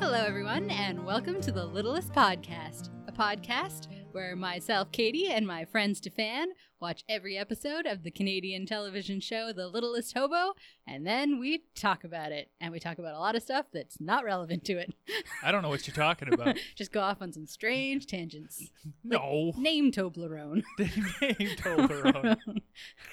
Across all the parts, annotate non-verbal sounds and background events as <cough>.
Hello, everyone, and welcome to the Littlest Podcast, a podcast where myself, Katie, and my friend Stefan watch every episode of the Canadian television show The Littlest Hobo, and then we talk about it. And we talk about a lot of stuff that's not relevant to it. <laughs> I don't know what you're talking about. Just go off on some strange tangents. no. <laughs> Name Toblerone. They <laughs> named Toblerone.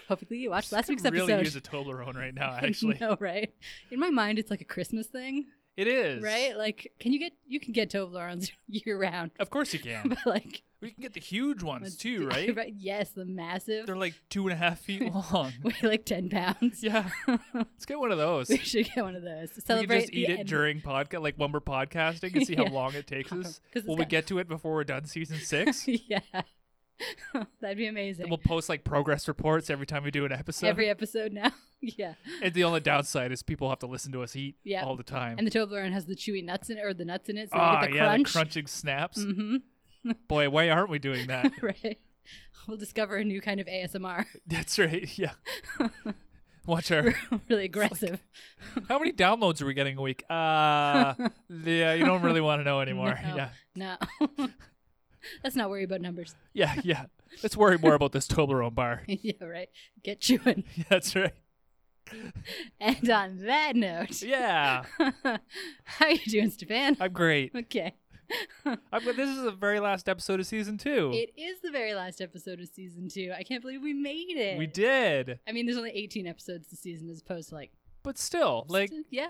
Hopefully, you watched last week's episode. really use a Toblerone right now, actually. <laughs> I know, right? In my mind, it's like a Christmas thing, It is. right? Like, can you get you can get Toblerones <laughs> year round, Of course you can. but like we can get the huge ones Let's <laughs> too, right? Yes, the massive. They're like two and a half feet long. <laughs> weigh like ten pounds. yeah. Let's get one of those. <laughs> we should get one of those. to we Celebrate. can just eat it during podcast, like when we're podcasting and see <laughs> how Yeah. long it takes us. 'Cause it's Will we got- get to it before we're <laughs> done season <laughs> six? yeah, <laughs> that'd be amazing. Then we'll post like progress reports every time we do an episode. Every episode now. <laughs> yeah, and the only downside is people have to listen to us eat Yeah. all the time. and the Toblerone has the chewy nuts in it, or the nuts in it, so Ah, we get the yeah, crunch. the crunching snaps. Mm-hmm. <laughs> Boy, why aren't we doing that? right. We'll discover a new kind of ASMR. That's right. <laughs> Yeah. Watch our. <laughs> really aggressive. How many downloads are we getting a week? Uh, yeah, you don't really want to know anymore. No. Yeah. No. <laughs> Let's not worry about numbers. <laughs> Yeah. Yeah. Let's worry more about this Toblerone bar. <laughs> yeah, right. Get chewing. Yeah, That's right. <laughs> And on that note, Yeah. <laughs> Uh, how are you doing, Stefan? I'm great. Okay. I'm, but this is the very last episode of season two. It is the very last episode of season two. I can't believe we made it. we did. I mean, there's only 18 episodes this season as opposed to like, But still, like yeah,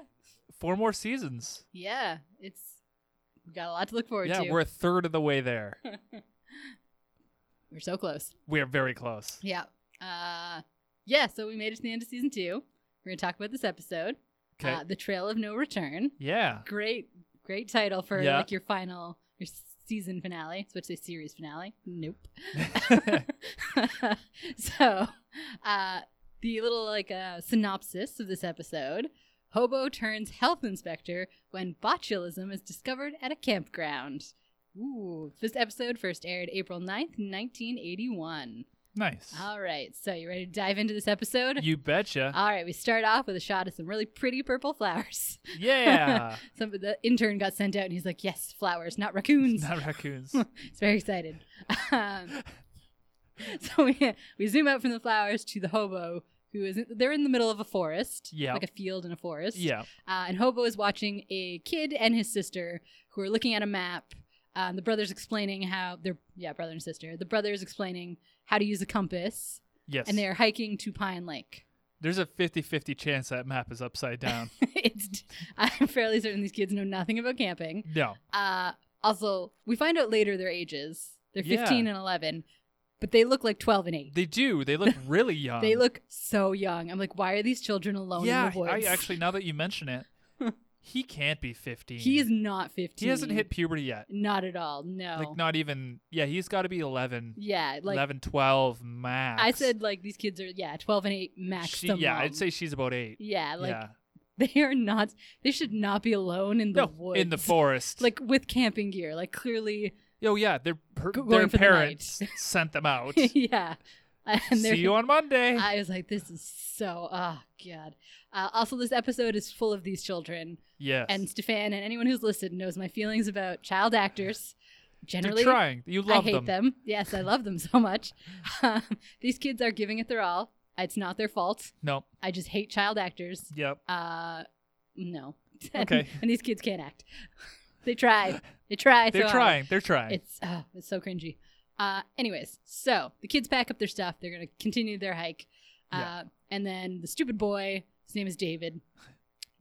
four more seasons. yeah. It's, we got a lot to look forward Yeah, to. we're a third of the way there. <laughs> We're so close. We are very close. Yeah. Uh, yeah, so we made it to the end of season two. We're going to talk about this episode Okay. uh, The Trail of No Return. <laughs> yeah. <laughs> great great title for Yeah. like your final your season finale it's what say series finale nope <laughs> so uh the little like uh synopsis of this episode hobo turns health inspector when botulism is discovered at a campground Ooh, this episode first aired April 9th, 1981. nice. All right, so you ready to dive into this episode? you betcha. <laughs> All right, we start off with a shot of some really pretty purple flowers. <laughs> yeah. Some the intern got sent out, and he's like, "Yes, flowers, not raccoons." Not <laughs> raccoons. he's very excited. <laughs> Um, so we we zoom out from the flowers to the hobo, who is they're in the middle of a forest, Yeah. like a field and a forest. yeah. uh, and hobo is watching a kid and his sister who are looking at a map. Um, the brother's explaining how they're yeah brother and sister. The brother's explaining how to use a compass, Yes. and they are hiking to Pine Lake. <laughs> There's a 50-50 chance that map is upside down. <laughs> it's <laughs> I'm fairly certain these kids know nothing about camping. no. Uh, also, we find out later their ages. They're Yeah. 15 and 11, but they look like 12 and 8. They do. They <laughs> look really young. They look so young. I'm like, why are these children alone Yeah, in the woods? I actually now that you mention <laughs> it, he can't be 15. he is not 15. He hasn't hit puberty yet. Not at all. No. Like not even Yeah, he's got to be 11. yeah. Like 11, 12 max. I said, like these kids are yeah 12 and 8 max. She- the yeah, mom. I'd say she's about 8. yeah. Like <laughs> yeah. they are not. They should not be alone in the no, woods. <laughs> in the forest. Like with camping gear. Like clearly. oh yeah, their her, Go- their going for the <laughs> parents sent them out. yeah. And they're See you on Monday. I was like, this is so, oh, God. Uh, also, this episode is full of these children. yes. And Stefan and anyone who's listened knows my feelings about child actors. they're Generally, trying. You I love hate them. them. Yes, I love them so much. <laughs> Um, these kids are giving it their all. It's not their fault. No. I just hate child actors. Yep. Uh, no. <laughs> Okay. and these kids can't act. <laughs> they try. They try. They're so hard. trying. They're trying. It's oh, it's so cringy. Uh, anyways, so the kids pack up their stuff. They're gonna continue their hike, uh, Yeah. and then the stupid boy, his name is David,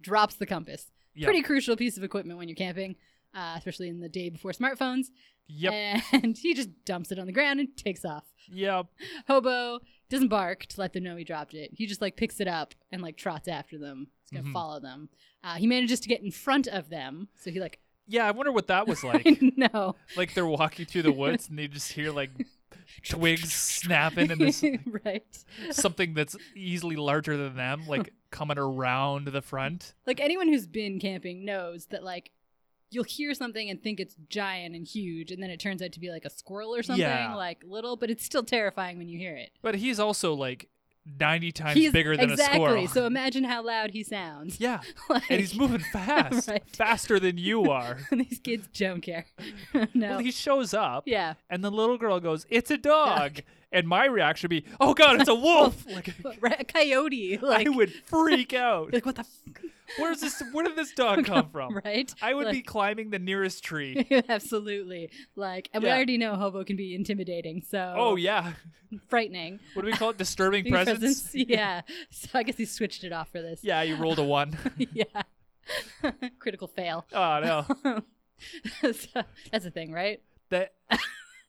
drops the compass. Yep. Pretty crucial piece of equipment when you're camping, uh, especially in the day before smartphones. Yep. And <laughs> he just dumps it on the ground and takes off. Yep. Hobo doesn't bark to let them know he dropped it. He just like picks it up and like trots after them. He's gonna Mhm. follow them. Uh, he manages to get in front of them, so he like <laughs> Yeah, I wonder what that was like. no. like they're walking through the woods and they just hear like twigs snapping and this <laughs> right. something that's easily larger than them like coming around the front. like anyone who's been camping knows that like you'll hear something and think it's giant and huge and then it turns out to be like a squirrel or something Yeah. like little but it's still terrifying when you hear it But he's also like 90 times bigger than exactly. a squirrel. So imagine how loud he sounds. <laughs> <laughs> yeah. Like, And he's moving fast, Right. faster than you are. <laughs> these kids don't care. <laughs> no. Well, he shows up, <laughs> yeah. and the little girl goes, "It's <laughs> a dog," and my reaction would be, "Oh God, it's a wolf!" Like But ra- coyote. Like, I would <laughs> freak out. like what the <laughs> f- Where's this? Where did this <laughs> dog come from? right? I would be like, climbing the <laughs> nearest tree. absolutely like, and we Yeah. already know hobo can be intimidating, so Oh yeah, frightening. what do we call it? <laughs> Disturbing Big presence. presence, <laughs> Yeah. So I guess he switched it off for this. Yeah, you rolled a one. <laughs> <laughs> yeah. Critical fail. <laughs> Oh no, so, that's the thing, right? <laughs> that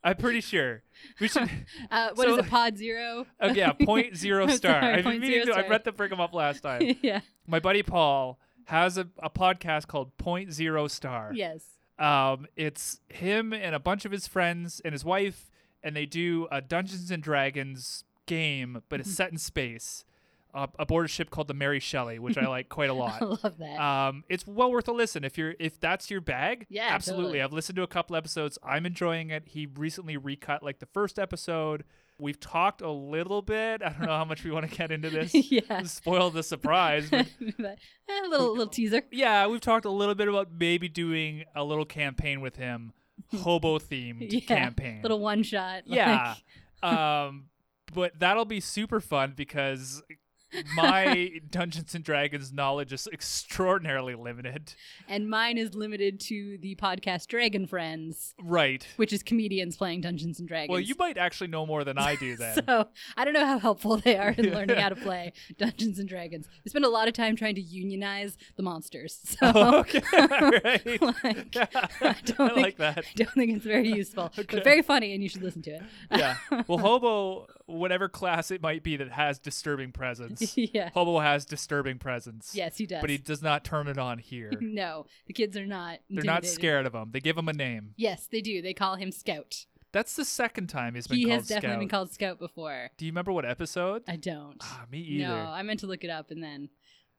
I'm pretty sure we should. Uh, what is So- it? Pod zero. Oh <laughs> yeah, point zero Sorry, star. I've point been meaning zero to. I star. meant to bring him up last <laughs> time. yeah. My buddy Paul has a, a podcast called Point Zero Star. Yes. <laughs> Um, it's him and a bunch of his friends and his wife, and they do a Dungeons and Dragons game, but Mm-hmm. it's set in space, uh, aboard a ship called the Mary Shelley, which I like quite <laughs> a I lot. love that. Um, it's well worth a listen if you're if that's your bag. Yeah, absolutely. totally. I've listened to a couple episodes. I'm enjoying it. He recently recut like the first episode. We've talked a little bit. I don't know how much we want to get into this. <laughs> yeah. Spoil the surprise, but <laughs> <laughs> But, eh, a little little teaser. yeah, we've talked a little bit about maybe doing a little campaign <laughs> with him, hobo themed Yeah, campaign. Little one shot. <laughs> yeah. um, but that'll be super fun because <laughs> my Dungeons and Dragons knowledge is extraordinarily limited. and mine is limited to the podcast Dragon Friends, Right. which is comedians playing Dungeons and Dragons. <laughs> Well, you might actually know more than I do then. So I don't know how helpful they are in learning how to play Dungeons and Dragons. We spend a lot of time trying to unionize the monsters. <laughs> So <laughs> <laughs> okay. right. <laughs> like, <laughs> I don't I think- like that. I <laughs> don't think it's very useful, Okay. but very funny, and you should listen to it. Yeah. <laughs> Well, hobo, whatever class it might be that has disturbing presence, <laughs> yeah. hobo has disturbing presence. Yes, he does. but he does not turn it on here. <laughs> no, the kids are not. They're not intimidated. scared of him. They give him a name. Yes, they do. They call him Scout. That's the second time he's been he called has definitely Scout. been called Scout before. Do you remember what episode? I don't. Ah, me no, either. I meant to look it up, and then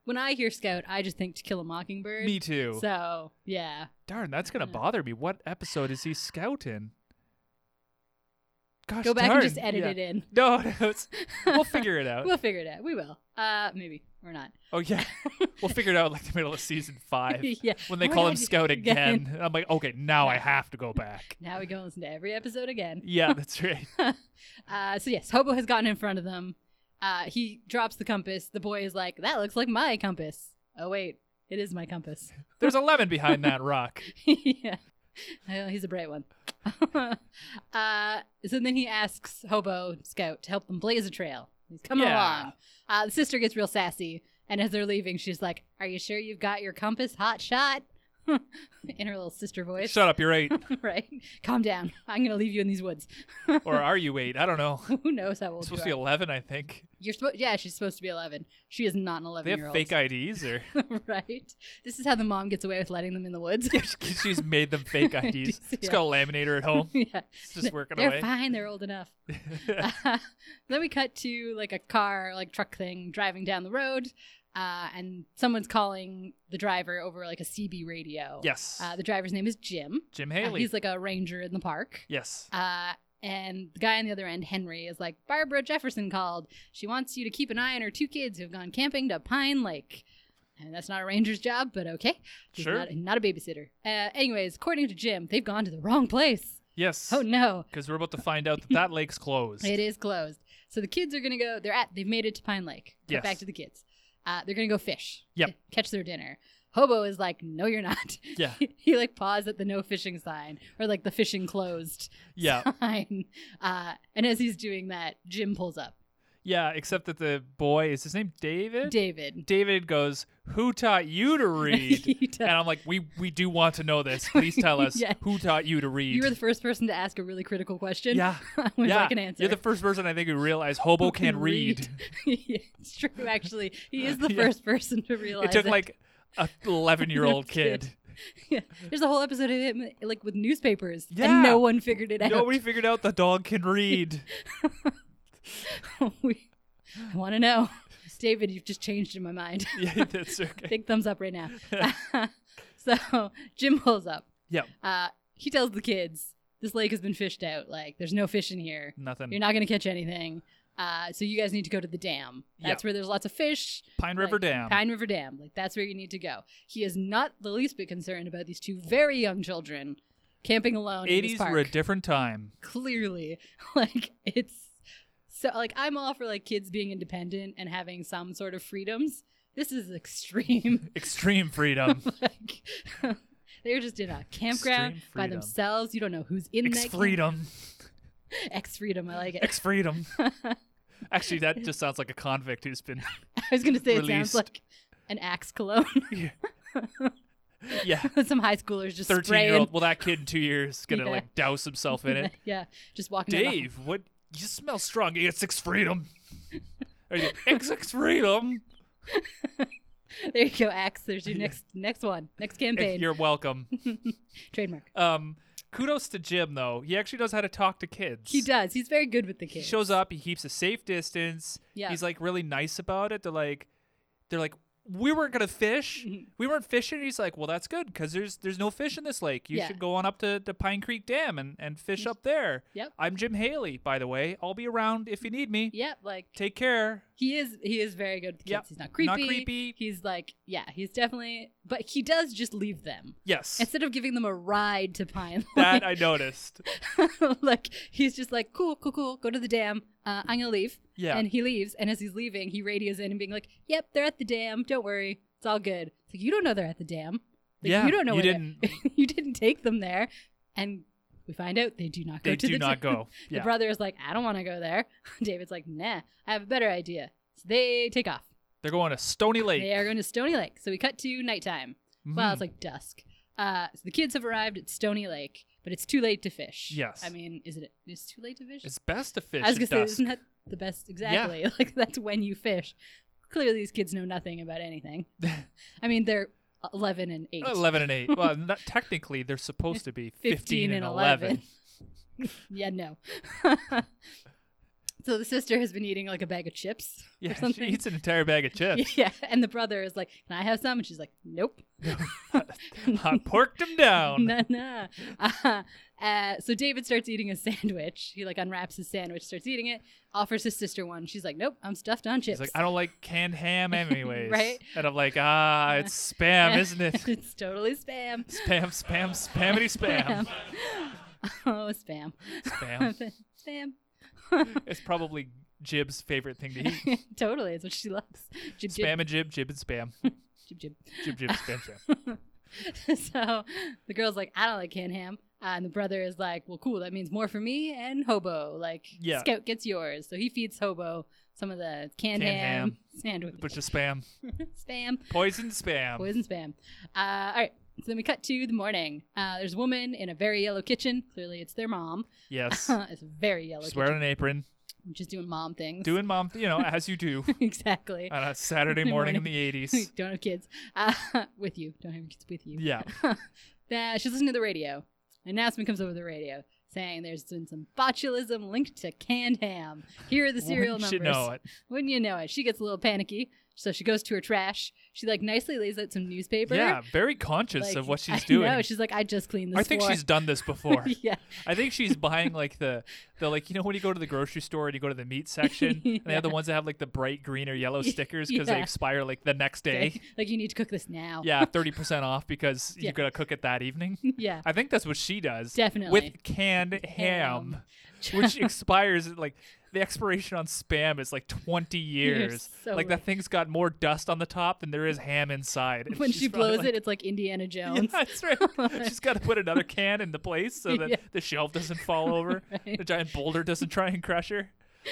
when I hear Scout, I just think To Kill a Mockingbird. me too. So yeah, Darn, that's gonna Yeah. bother me. What episode is he scouting? Gosh, go back darn. and just edit Yeah. Uh, it in. No, <laughs> no, it's, we'll figure it out. <laughs> We'll figure it out. We will. Uh, maybe or not. oh yeah, we'll figure it out like the middle of season <laughs> five yeah. Oh when they Why call did him I do it Scout <laughs> again? again. I'm like, okay, now I have to <laughs> go back. Now we go and listen to every episode again. Yeah, that's right. Uh, so yes, Hobo has gotten in front of them. Uh, he drops the compass. The boy is like, "That looks like my compass." Oh wait, it is my compass. <laughs> There's a lemon behind that rock. yeah, Well, he's a bright one. <laughs> uh, so then he asks Hobo Scout to help them blaze a trail. He's coming Yeah. along. Uh, the sister gets real sassy, and as they're leaving, she's like, "Are you sure you've got your compass? Hot shot." <laughs> in her little sister voice, Shut up, you're eight, <laughs> right? Calm down. I'm gonna leave you in these woods. <laughs> or are you eight? I don't know. Who knows how old It's you supposed are? to be 11, I think. You're supposed, yeah, she's supposed to be 11. She is not an 11 They year have old. fake <laughs> IDs, or right? This is how the mom gets away with letting them in the woods. <laughs> <laughs> she's made them fake IDs. She's Yeah. got a laminator at home. yeah. It's just working They're away. fine. They're old <laughs> enough. <laughs> Uh, then we cut to like a car, like truck thing driving down the road. Uh, and someone's calling the driver over like a CB radio. yes, Uh, the driver's name is Jim. Jim Uh, Haley. he's like a ranger in the park. yes, Uh, and the guy on the other end, Henry, is like, Barbara Jefferson called. She wants you to keep an eye on her two kids who have gone camping to Pine Lake. And that's not a ranger's job, but okay. He's Sure. Not, not a babysitter. Uh, anyways, according to Jim, they've gone to the wrong place. yes. Oh, no. Because we're about to <laughs> find out that that lake's closed. It is closed. So the kids are going to go, they're at, they've made it to Pine Lake. Cut Yes. Back to the kids. Uh, they're going to go fish. Yep. Catch their dinner. Hobo is like, no, you're not. Yeah, <laughs> he like paused at the no fishing sign or like the fishing closed yeah, <laughs> sign. Uh, and as he's doing that, Jim pulls up. yeah. Except that the boy is his name David. David. David goes, "Who taught you to <laughs> read?" He and does. I'm like, "We we do want to know <laughs> this. Please tell us Yeah. who taught you to read." you were the first person to ask a really critical question. <laughs> yeah, I was yeah. like an answer. You're the first person I think who realized hobo Who can, can read. read. <laughs> Yeah, it's true, actually. He is the <laughs> Yeah. first person to realize It took like a 11 <laughs> year old kid. Yeah. There's a whole episode of him like with newspapers, Yeah. and no one figured it out. Nobody figured out the dog can read. <laughs> <laughs> We- I want to know, <laughs> David. You've just changed in my <laughs> mind. yeah, that's okay. Big thumbs up right <laughs> now. <laughs> so Jim pulls up. Yep. Uh, he tells the kids, "This lake has been fished out. Like, there's no fish in here. Nothing. You're not gonna catch anything." Uh, so you guys need to go to the dam. Yeah. That's where there's lots of fish. Pine River like, Dam. Pine River Dam. Like that's where you need to go. He is not the least bit concerned about these two very young children camping alone in this 80s park. were a <laughs> different time. Clearly, like it's so like I'm all for like kids being independent and having some sort of freedoms. This is <laughs> extreme. <laughs> Extreme freedom. like <laughs> they're just in a campground Extreme by freedom. themselves. You don't know who's in Ex that freedom. Ex freedom. I like it. Ex freedom. Actually, that just sounds like a convict who's been. <laughs> <laughs> I was gonna say it sounds Released. like an axe cologne. Yeah. <laughs> Some high schoolers just 13 year spraying. old. Well, that kid in two years is going to <laughs> Yeah. like douse himself in it. <laughs> yeah, just walking. down the- Dave, what? You smell strong. It's ex freedom. Ex ex freedom. <laughs> There you go, Axe. There's <laughs> your next next one, next campaign You're welcome. trademark. Um, kudos to Jim though. He actually knows how to talk to kids. He does. He's very good with the He kids. shows up. He keeps a safe distance. Yeah. He's like really nice about it. They're like, they're like, we weren't <laughs> gonna fish. Mhm. We weren't fishing. He's like, well, that's good because there's there's no fish in this lake. You Yeah. should go on up to the Pine Creek Dam and and fish up there. Yep. I'm Jim Haley, by the way. I'll be around if you need me. Yep, like Take care. he is. He is very good with kids. Yep. He's not creepy. Not creepy. He's like, yeah, he's definitely. But he does just leave them Yes. instead of giving them a ride to Pine. <laughs> Lake, that I noticed. <laughs> like he's just like, cool, cool, cool. Go to the dam. Uh, I'm gonna leave. Yeah. And he leaves. And as he's leaving, he radios in and being like, "Yep, they're at the dam. Don't worry, it's all good." It's like you don't know they're at the dam. Like, yeah. You don't know where You they're- <laughs> didn't. you didn't take them there. And we find out they do not go They to do the not town. go. <laughs> The Yeah. brother is like, I don't want to go there. <laughs> David's like, nah, I have a better idea. So they take off. They're going to Stony Lake. Mm. They are going to Stony Lake. So we cut to nighttime. Well, it's like dusk. Uh, so the kids have arrived at Stony Lake, but it's too late to fish. Yes. I mean, is it? It's too late to fish. It's best to fish. I was gonna at say, <laughs> dusk. isn't that the best? Exactly. <laughs> Like that's when you fish. Clearly, these kids know nothing about <laughs> anything. I mean, they're eleven and eight. 11 and 8. Well, not, technically, they're supposed <laughs> to be 15, and 11. yeah, no. <laughs> so the sister has been eating like a bag of chips. <laughs> Yeah, she something. eats an entire bag of <laughs> chips. Yeah, and the brother is like, "Can I have some?" And she's like, <laughs> "Nope, <laughs> I porked him down. nah, nah." Uh, uh, so David starts eating a sandwich. He like unwraps his sandwich, starts eating it, offers his sister one. She's like, "Nope, I'm stuffed on chips." He's like, I don't like canned ham <laughs> anyways. Right? And I'm like, ah, it's spam, <laughs> <laughs> isn't it? it's totally spam. Spam, <laughs> spam, spamity spam. Oh, spam. Spam. <laughs> spam. It's probably Jib's favorite thing to eat. totally, it's what she loves. <laughs> Jib, jib, Spam and Jib, Jib and spam. jib, jib. Jib, Jib, spam, <laughs> spam. so the girl's like, I don't like canned ham. Uh, and the brother is like, well, cool. That means more for me and Hobo. Like, Yeah. Scout gets yours. So he feeds Hobo some of the canned, Canned ham, ham. <laughs> sandwich, Bunch of spam. spam, Poison spam. poison <laughs> spam. Uh, all right. So then we cut to the morning. Uh, there's a woman in a very yellow kitchen. Clearly, it's their mom. <laughs> Yes. it's a very yellow She's kitchen. wearing an apron, Just doing mom things. doing Uh, mom, you know, as you do <laughs> exactly. on a Saturday morning in the 80s. <laughs> don't have kids uh, <laughs> with you. Don't have kids with you. Yeah. <laughs> that she's listening to the radio. An announcement comes over the radio saying there's been some botulism linked to canned ham. Here <laughs> are the serial Wouldn't numbers. You know it. Wouldn't you know it? She gets a little panicky, so she goes to her trash. She like nicely lays out some newspaper. Yeah, very conscious Like, of what she's <laughs> I doing. Know. She's like, I just cleaned this. I think floor." <laughs> she's done this before. yeah, I think she's buying like the the like you know when you go to the grocery store and you go to the <laughs> meat section and they have the Yeah. ones that have like the bright green <laughs> or yellow Y- stickers because they yeah. expire like the next <laughs> day. like, like, you need to cook this now. eh? yeah, thirty percent off because Yeah. you gotta cook it that evening. <laughs> <laughs> yeah, I think that's what she does. Definitely. With canned ham, <laughs> which expires at, like the expiration on spam is like 20 years. so like right. that thing's got more dust on the top than there is ham inside. and when she's she probably blows like, it, it's like Indiana <laughs> Yeah, Jones. that's right. <laughs> She's got to put another can in the place so that Yeah. the shelf doesn't <laughs> fall over, Right. the giant boulder doesn't try and crush her.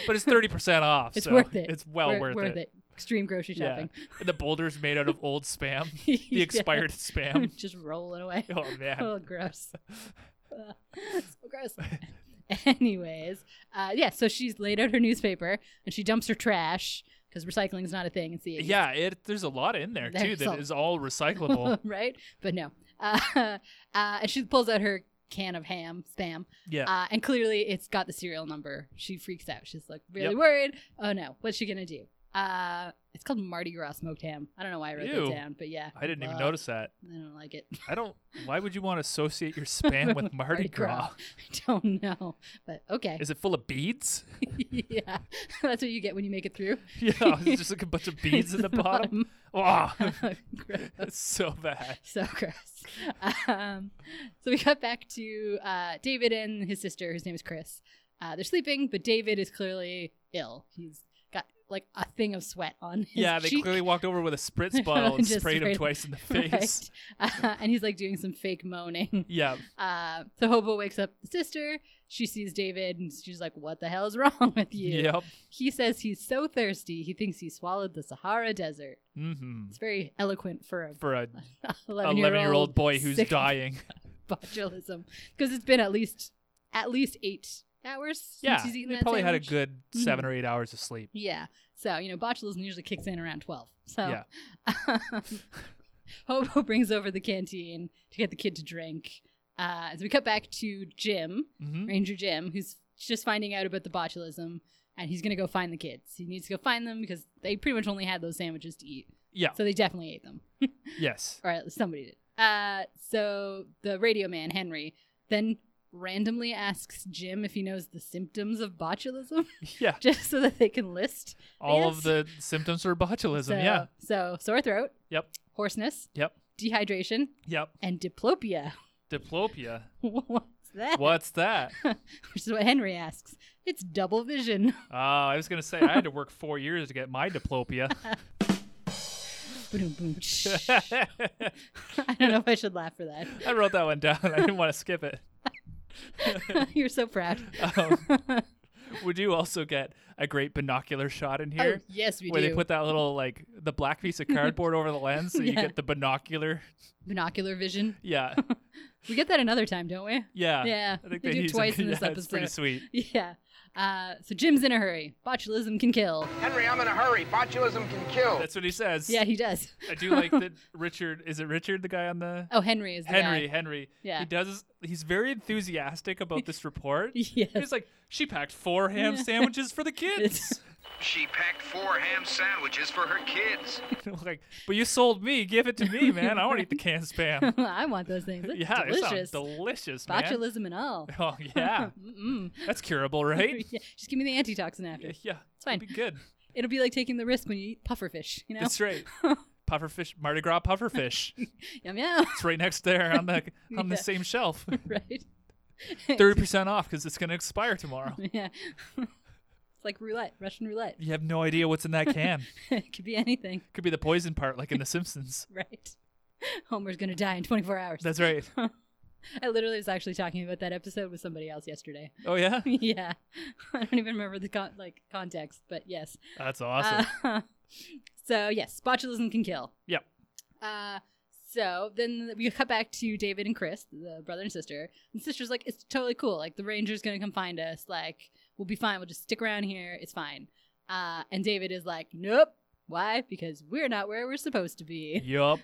But it's thirty percent off. It's so worth it. It's well Wor- worth, worth it. Extreme grocery Yeah. shopping. And the boulder's made out of old spam, <laughs> <laughs> the Yeah. expired <laughs> spam. just rolling away. <laughs> Oh man. Oh, <laughs> gross. <laughs> Uh, so gross. <laughs> Anyways, uh, yeah, so she's laid out her newspaper and she dumps her trash because recycling is not a thing. It's the 80s, Yeah, it, there's a lot in there too There's that a- is all recyclable. <laughs> right? But no. Uh, uh, and she pulls out her can of ham, spam, Yeah. uh, and clearly it's got the serial number. She freaks out. She's like really Yep. worried. Oh no, what's she going to do? Uh, it's called Mardi Gras smoked ham. I don't know why I wrote Ew. that down, but yeah, I didn't even love- notice that. I don't like it. I don't. Why would you want to associate your spam <laughs> with Mardi Mardi Gras. Gras? I <laughs> don't know, but okay. Is it full of beads? <laughs> <laughs> yeah, <laughs> that's what you get when you make it through. Yeah, it's just like a bunch of beads <laughs> in the bottom. Oh, bottom. Gross. <laughs> it's so bad. um, so gross. Um, so we got back to uh, David and his sister, whose name is Chris. Uh, they're sleeping, but David is clearly ill. He's got like a thing of sweat on his yeah, they cheek. clearly walked over with <laughs> a spritz bottle and Just sprayed him sprayed- twice in the face. <laughs> Right. Uh, and he's like doing some fake moaning. <laughs> Yeah, Uh, so Hobo wakes up the sister. She sees David and she's like, What the hell is wrong with you? yep. He says he's so thirsty, he thinks he swallowed the Sahara Desert. hmm It's very eloquent for For a a 11 year old eleven-year-old boy who's dying. botulism because it's been at least at least eight hours since Yeah, he's eaten they that probably had a sandwich. good seven or eight hours of sleep. yeah so you know botulism usually kicks in around 12 so Yeah. <laughs> hobo brings over the canteen to get the kid to drink uh, so we cut back to jim hmm ranger jim who's just finding out about the botulism and he's gonna go find the kids he needs to go find them because they pretty much only had those sandwiches to eat Yeah. so they definitely ate them Yes. <laughs> or at least somebody did. Uh, so the radio man Henry then randomly asks Jim if he knows the symptoms of botulism, <laughs> Yeah. just so that they can list All Yes. of the symptoms for botulism. So, Yeah. So sore throat. Yep. Hoarseness. Yep. Dehydration Yep. and diplopia. <laughs> Diplopia. What's that? <laughs> What's that? Which is what Henry asks. It's double vision. <laughs> Oh, I was gonna say I had to work four years to get my diplopia. <laughs> Boom, boom, shh. I <laughs> I don't know if I should laugh for that. <laughs> wrote that one down. I didn't want to skip it. You're so proud. Um, would you also get a great binocular shot in <laughs> here? Oh, <laughs> yes, we where do. they put that little like the black <laughs> piece of cardboard over the lens so you Yeah. get the binocular. Binocular vision. Yeah. <laughs> We get that another time, don't we? <laughs> Yeah. Yeah, I think they they do use it- twice in this yeah, It's pretty episode. sweet. Yeah. Uh, so Jim's in a hurry. Botulism can kill. Henry, I'm in a hurry. Botulism can kill. That's what he says. Yeah, he does. I do <laughs> like that Richard is it Richard the guy on the Oh, Henry is the <laughs> Henry, guy. Henry. Yeah. He does he's very enthusiastic <laughs> about this report. Yes. He's like, she packed <laughs> four ham sandwiches for the kids. It's- She packed four ham sandwiches for her kids. <laughs> like, but you sold me. Give it <laughs> to me, man. I want to eat the canned spam. I want those things. <laughs> That's Yeah, delicious. it sounds delicious, man. Botulism and all. Oh <laughs> yeah, <laughs> Mm-mm. that's curable, right? <laughs> Yeah, Just give me the antitoxin after. Yeah, yeah. It's fine. It'd be good. It'll be like taking the risk when you eat pufferfish, you know? <laughs> That's right. Pufferfish, Mardi Gras pufferfish. <laughs> yum yum. <laughs> it's right next there on the on the Yeah. same shelf. <laughs> <laughs> right? Thirty percent off because it's gonna expire tomorrow. Yeah. <laughs> it's like roulette, Russian roulette. <laughs> You have no idea what's in that can. it could be anything, Could be the poison part, like in The Simpsons. <laughs> right? Homer's going to die in 24 hours. That's right. I literally was actually talking about that episode with somebody else yesterday. <laughs> Oh yeah, yeah, <laughs> I don't even remember the con- like context, but yes. that's awesome. <laughs> Uh, so yes, botulism can kill. Yep. Uh, so then we cut back to David and Chris, the brother and sister. And the sister's like, "It's totally cool. Like the ranger's gonna come find us. Like we'll be fine. We'll just stick around here. It's fine." Uh, and David is like, "Nope. Why? Because we're not where we're supposed to be. <laughs> yup.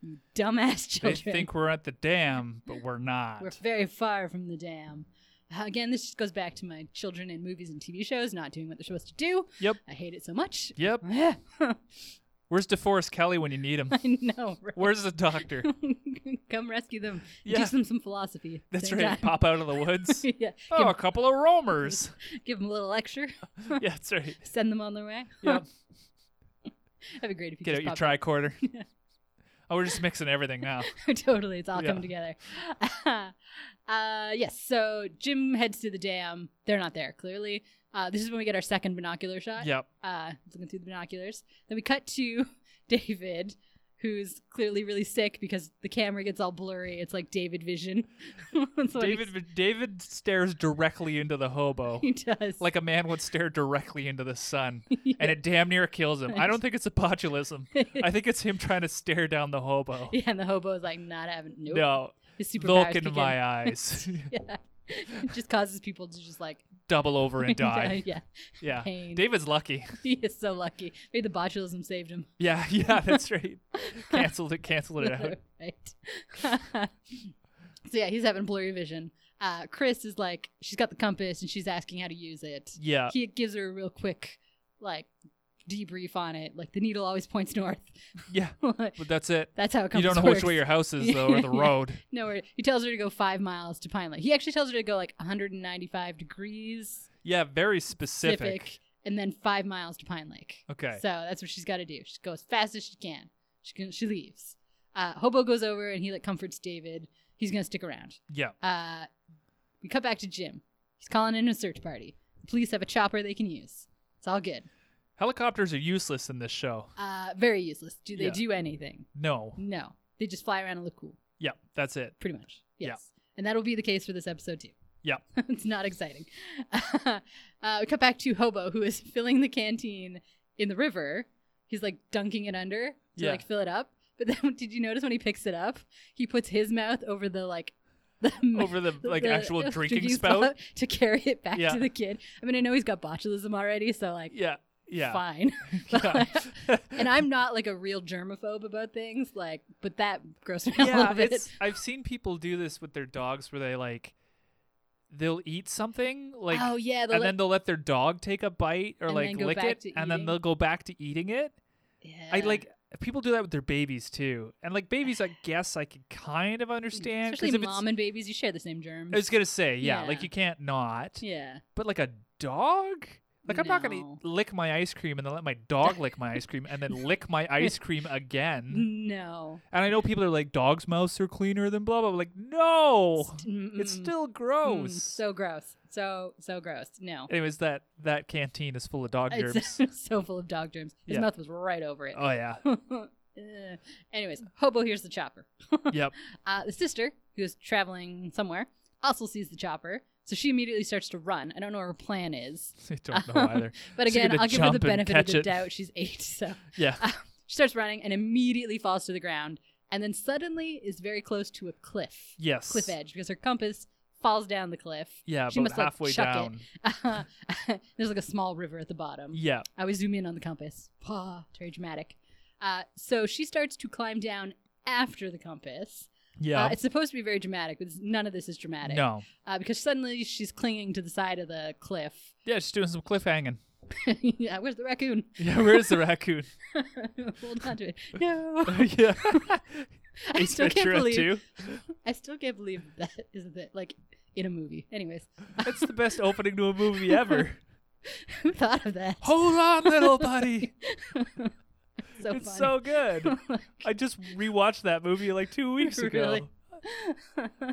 you dumbass They children." think we're at the dam, but we're not. We're very far from the dam. Uh, Again, this just goes back to my children in movies and TV shows not doing what they're supposed to do. Yep. I hate it so <laughs> much. Yep. <laughs> I Where's DeForest Kelly when you <laughs> need him? know. right? Where's <laughs> the doctor? Come rescue them. Yeah. Teach them some philosophy. at the That's same right. time. Pop out of the woods. <laughs> yeah. Oh, a couple <laughs> of roamers. Give, give them a little lecture. <laughs> <laughs> yeah, that's right. Send them on their way. <laughs> Yep. That'd be great if you Get out just your pop up. <laughs> tricorder. oh, we're just mixing everything now. totally. It's all Yeah. come together. <laughs> uh, yes. So Jim heads to the dam. They're not there, clearly. Uh, this is when we get our second binocular shot. Yep. uh, looking through the binoculars. Then we cut to <laughs> David, who's clearly really sick because the camera gets all blurry. It's like David vision. <laughs> That's what David David stares directly into the hobo. <laughs> he, he does. Like a man would stare directly into the sun, <laughs> Yeah. and it damn near kills him. I don't think it's a botulism. I think it's him trying to stare down <laughs> the hobo. yeah, and the hobo is like not having nope. No, His superpowers look into kick my eyes. <laughs> in. <laughs> Yeah. <laughs> It just causes people to just like Double over <laughs> and die. yeah, Yeah. pain. <laughs> David's lucky. <laughs> he is so lucky. Maybe the botulism saved him. Yeah, yeah, <laughs> that's right. Canceled it, canceled it out. right. <laughs> so yeah, he's having blurry vision. Uh, Chris is like, Uh, she's got the compass and she's asking how to use it. Yeah. he gives her a real quick like debrief on it. Like the needle always points <laughs> north. Yeah, but that's it. That's how it You comes. don't know which way your <laughs> house is though, or the Yeah. road. No, where- he tells her to go five miles to Pine Lake. He actually tells her to go like 195 degrees Yeah, very specific. Pacific, and then five miles to Pine Lake. Okay. So that's what she's got to do. She goes fast as she can. She can. She leaves. Uh, Hobo goes over and he like comforts David. He's gonna stick around. yeah. Uh, we cut back to Jim. He's calling in a search party. The police have a chopper they can use. It's all good. Helicopters are useless in this show. Uh, very useless. Do they Yeah. do anything? No. No. They just fly around and look cool, Yeah, that's it. pretty much. Yes. Yeah. And that'll be the case for this episode, too. Yeah. <laughs> it's not exciting. <laughs> uh, we cut back to Hobo, who is <laughs> filling the canteen in the river. He's like dunking it under to Yeah. like fill it up. But then, <laughs> did you notice when he picks it up, he puts his mouth over the like <laughs> the Over the <laughs> like the <laughs> actual drinking, spout. to carry it back Yeah. to the kid. I mean, I know he's got botulism already, so like, <laughs> Yeah. Yeah. fine. <laughs> Yeah. <laughs> and I'm not like a real germaphobe about things, like, but that grossed me <laughs> out a <laughs> yeah, little bit. it's I've seen people do this with their dogs where they like they'll eat something like oh yeah, the and le- then they'll let their dog take a bite And or then like go lick back it to and then eating. they'll go back to eating it. yeah. Mm, I like people do that with their babies too. And like babies I guess I can kind of understand Mm, especially 'cause if mom it's and babies. You share the same germs. I was going to say, yeah, Yeah. like you can't not. yeah, But like a dog? Like I'm not No. going to lick my ice cream and then let my dog lick my ice cream and then lick my ice cream again. <laughs> no, And I know people are like dogs' mouths are cleaner than blah blah. blah. Like no. Oh, It's Mm, still mm, gross. so gross, so so gross. No, Anyways, that that canteen is full of dog it's <laughs> germs. so full of dog germs. His Yeah. mouth was right over it. oh yeah. <laughs> <laughs> Ugh. Anyways, Hobo hears the chopper. <laughs> Yep. Uh, the sister, who is traveling somewhere, also sees the chopper, so she immediately starts to run. I don't know what her plan is, I <laughs> don't know either. but She's again, gonna I'll give her the jump and benefit of catch the it. doubt. She's eight, <laughs> so Yeah. she starts running and immediately falls to the ground, and then suddenly is very close to a cliff, Yes. cliff edge, because her compass falls down the cliff. <laughs> Yeah, She about must, like, halfway chuck it. down. There's like a small river at the bottom. Yeah. I always zoom in on the compass. Pah, it's very dramatic. Uh, so she starts to climb down after the compass. Yeah. Uh, it's supposed to be very dramatic, but none of this is dramatic. no. Uh, because suddenly she's clinging to the side of the cliff. <laughs> Yeah, she's doing some cliff hanging. yeah, where's the raccoon? <laughs> Yeah, where's the raccoon? Hold on to it. <laughs> No. <laughs> yeah. <laughs> I Ace still can't Ventura believe. 2. I still can't believe that is a bit like in a movie. Anyways, <laughs> That's the best opening to a movie ever. <laughs> who thought of that? Hold on, little buddy. <laughs> so funny. it's so <laughs> good. Like, I just rewatched that movie like two weeks ago. <laughs> Really?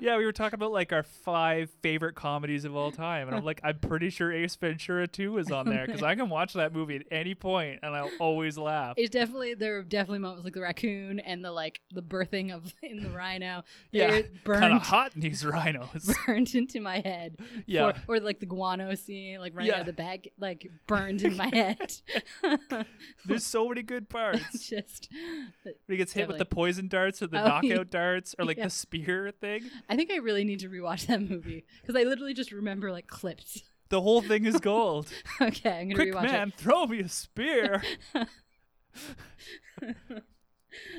yeah, we were talking about like our five favorite comedies of all time, and I'm like, I'm pretty sure Ace Ventura 2 is on there because I can watch that movie at any point, and I'll always laugh. It's definitely there were definitely moments like the raccoon and the like the birthing of <laughs> in the rhino. Yeah, They're Kind burned of hot in these rhinos. <laughs> burned into my head. yeah, Or, or like the guano scene, like running out Yeah. of the bag, like burned in <laughs> my head. <laughs> there's so many good parts. Just, When he gets hit with the Totally. poison darts or the Oh, yeah. knockout darts or like Yeah. the spear thing. I think I really need to rewatch that movie because I literally just remember like clips. <laughs> The whole thing is gold. okay, I'm gonna Quick rewatch man, throw me <laughs> a spear.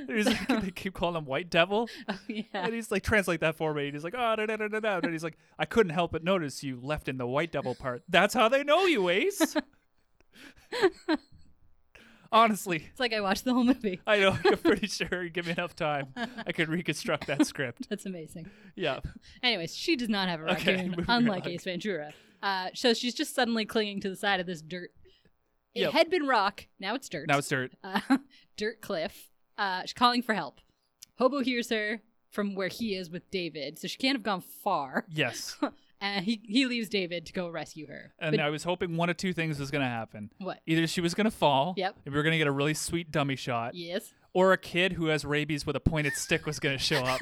He's like, they keep calling him White Devil. it. Oh, <laughs> yeah, And he's like, translate that for me. And he's like, oh, da, da, da, da, da. And he's like, I couldn't help but notice you left in the White Devil part. That's how they know <laughs> you, Ace. Honestly, it's like I watched the whole movie. I know. I'm pretty sure you give me enough time, I could reconstruct that script. That's amazing. Yeah. Anyways, she does not have a Okay, raccoon, moving unlike along. Ace Ventura. Uh, so she's just suddenly clinging to the side of this dirt. It Yep. had been rock, now it's dirt. Now it's dirt. uh, <laughs> dirt cliff. Uh, she's calling for help. Hobo hears her from where he is with David, so she can't have gone far. Yes. And he, he leaves David to go rescue her. And I was hoping one of two things was going to happen. What? Either she was going to fall, Yep. and we were going to get a really sweet dummy shot, Yes. <laughs> or a kid who has rabies with a pointed stick was going to show <laughs> up,